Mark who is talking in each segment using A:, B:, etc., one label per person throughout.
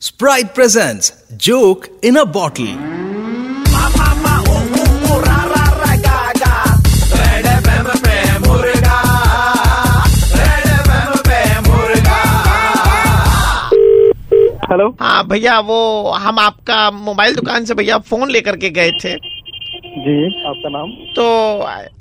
A: Sprite presents joke in a bottle
B: hello
C: हाँ भैया वो हम आपका मोबाइल दुकान से भैया फोन लेकर के गए थे
B: जी आपका नाम
C: तो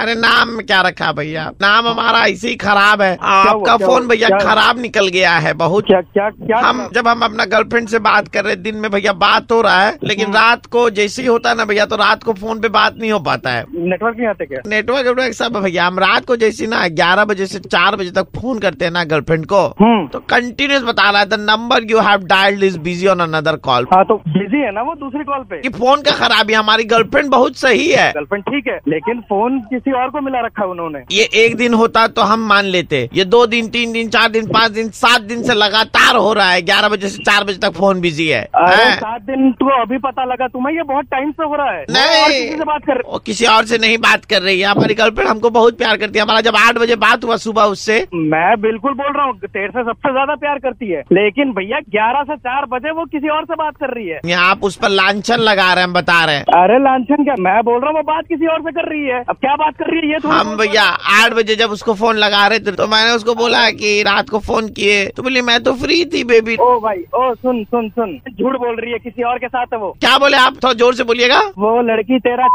C: अरे नाम क्या रखा भैया नाम हमारा ऐसे ही खराब है
B: हुआ?
C: आपका
B: हाँ, क्या
C: फोन
B: हुआ?
C: भैया
B: क्या-
C: खराब निकल गया है बहुत
B: क्या क्या क्या
C: हम जब हम अपना गर्लफ्रेंड से बात कर रहे दिन में भैया बात हो रहा है
B: हम्म।
C: लेकिन रात को जैसे ही होता है ना भैया तो रात को फोन पे बात नहीं हो पाता है
B: नेटवर्क नहीं आते क्या
C: नेटवर्क वेटवर्क सब है भैया हम रात को जैसे ही ना ग्यारह बजे से चार बजे तक फोन करते हैं ना गर्लफ्रेंड को
B: हम्म।
C: तो कंटिन्यूस बता रहा है the number you have dialled is busy on another call
B: हाँ तो बिजी है ना वो दूसरी कॉल पे
C: कि फोन का खराबी है, हमारी गर्लफ्रेंड बहुत सही है
B: गर्लफ्रेंड ठीक है लेकिन फोन किसी और को मिला रखा है उन्होंने
C: ये एक दिन होता तो हम मान लेते ये दो दिन तीन दिन चार दिन पाँच दिन सात दिन से लगातार हो रहा है ग्यारह बजे से चार बजे तक फोन बिजी है
B: अरे
C: हैं?
B: सात दिन को अभी पता लगा तुम्हें ये बहुत टाइम से हो रहा है मैं और किसी से बात कर
C: नहीं वो किसी और से नहीं बात कर रही है हमारी गर्लफ्रेंड हमको बहुत प्यार करती है हमारा जब आठ बजे बात हुआ सुबह उससे
B: मैं बिल्कुल बोल रहा हूँ तेरे से सबसे ज्यादा प्यार करती है लेकिन भैया ग्यारह से चार बजे वो किसी और से बात कर रही है
C: यहाँ आप उस पर लांछन लगा रहे हैं हम बता रहे हैं
B: अरे लांछन क्या मैं बोल रहा हूँ वो बात किसी और से कर रही है अब क्या बात कर रही है ये थोड़ी
C: हम
B: बहुत-
C: भैया आठ बजे जब उसको फोन लगा रहे थे तो मैंने उसको बोला कि रात को फोन किए तो बोली मैं तो फ्री थी बेबी
B: ओ भाई ओ सुन सुन सुन झूठ बोल रही है किसी और के साथ है वो
C: क्या बोले आप थोड़ा जोर से बोलिएगा
B: वो लड़की तेरा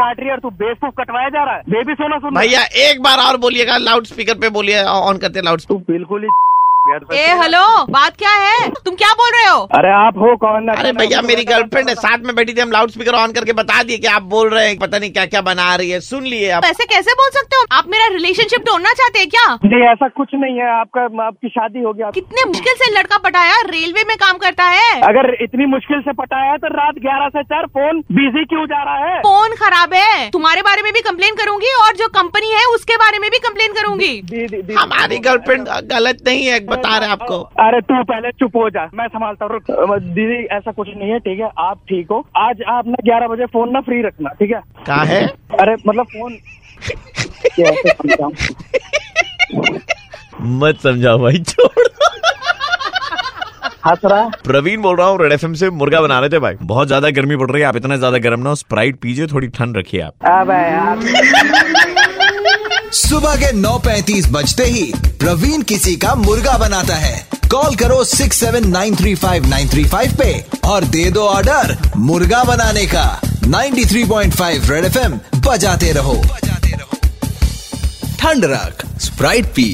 B: काट रही है और तू बेवकूफ कटवाया जा रहा है बेबी सोना सुन
C: भैया एक बार और बोलिएगा लाउड स्पीकर पे बोलिए ऑन करते लाउड
B: तू बिल्कुल ही
D: ए हेलो बात क्या है तुम क्या बोल रहे हो
B: अरे आप हो कौन ना
C: अरे भैया मेरी गर्लफ्रेंड है साथ में बैठी थी हम लाउड स्पीकर ऑन करके बता दिए कि आप बोल रहे हैं पता नहीं क्या क्या बना रही है सुन लिए आप
D: ऐसे कैसे बोल सकते हो आप मेरा रिलेशनशिप तोड़ना चाहते हैं क्या
B: नहीं ऐसा कुछ नहीं है आपका आपकी शादी होगी आप
D: कितने मुश्किल से लड़का पटाया रेलवे में काम करता है
B: अगर इतनी मुश्किल से पटाया है तो रात ग्यारह से चार फोन बिजी क्यों जा रहा है
C: तो-
D: फोन खराब है तुम्हारे बारे में भी कंप्लेन करूंगी और जो कंपनी है उसके बारे में भी कंप्लेन करूंगी
B: दीदी दीदी
C: हमारी गर्लफ्रेंड गलत नहीं हाँ, है बता रहे हैं आपको
B: अरे तू पहले चुप हो जा मैं संभालता हूँ रुक। अ, दीदी ऐसा कुछ नहीं है ठीक है आप ठीक हो आज आप ना ग्यारह बजे फोन ना फ्री रखना ठीक है
C: कहा है
B: अरे मतलब फोन कैसे समझाऊं?
E: मत समझाओ भाई छोड़
B: हंस रहा है?
E: प्रवीण बोल रहा हूँ रेड एफएम से मुर्गा बना रहे थे भाई बहुत ज्यादा गर्मी पड़ रही है आप इतना ज्यादा गर्म ना हो, स्प्राइट पीजिए थोड़ी ठंड रखिए आप
B: अबे यार
A: सुबह के 9:35 बजते ही प्रवीण किसी का मुर्गा बनाता है कॉल करो 6793593 पे और दे दो ऑर्डर मुर्गा बनाने का 93.5 रेड एफएम बजाते रहो ठंड रख स्प्राइट पी